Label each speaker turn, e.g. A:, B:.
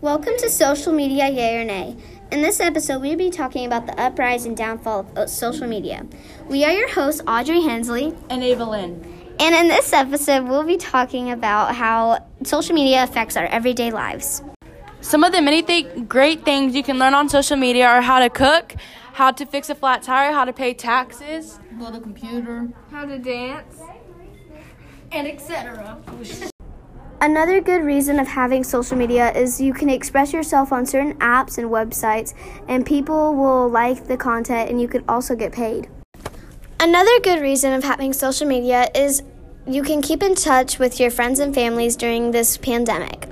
A: Welcome to Social Media Yay or Nay. In this episode, we'll be talking about the uprise and downfall of uh, social media. We are your hosts, Audrey Hensley,
B: And Ava Lynn.
A: and in this episode, we'll be talking about how social media affects our everyday lives.
B: Some of the many th- great things you can learn on social media are how to cook, how to fix a flat tire, how to pay taxes.
C: Build a computer.
A: Another good reason of having social media is you can express yourself on certain apps and websites, and people will like the content, and you could also get paid. Another good reason of having social media is you can keep in touch with your friends and families during this pandemic.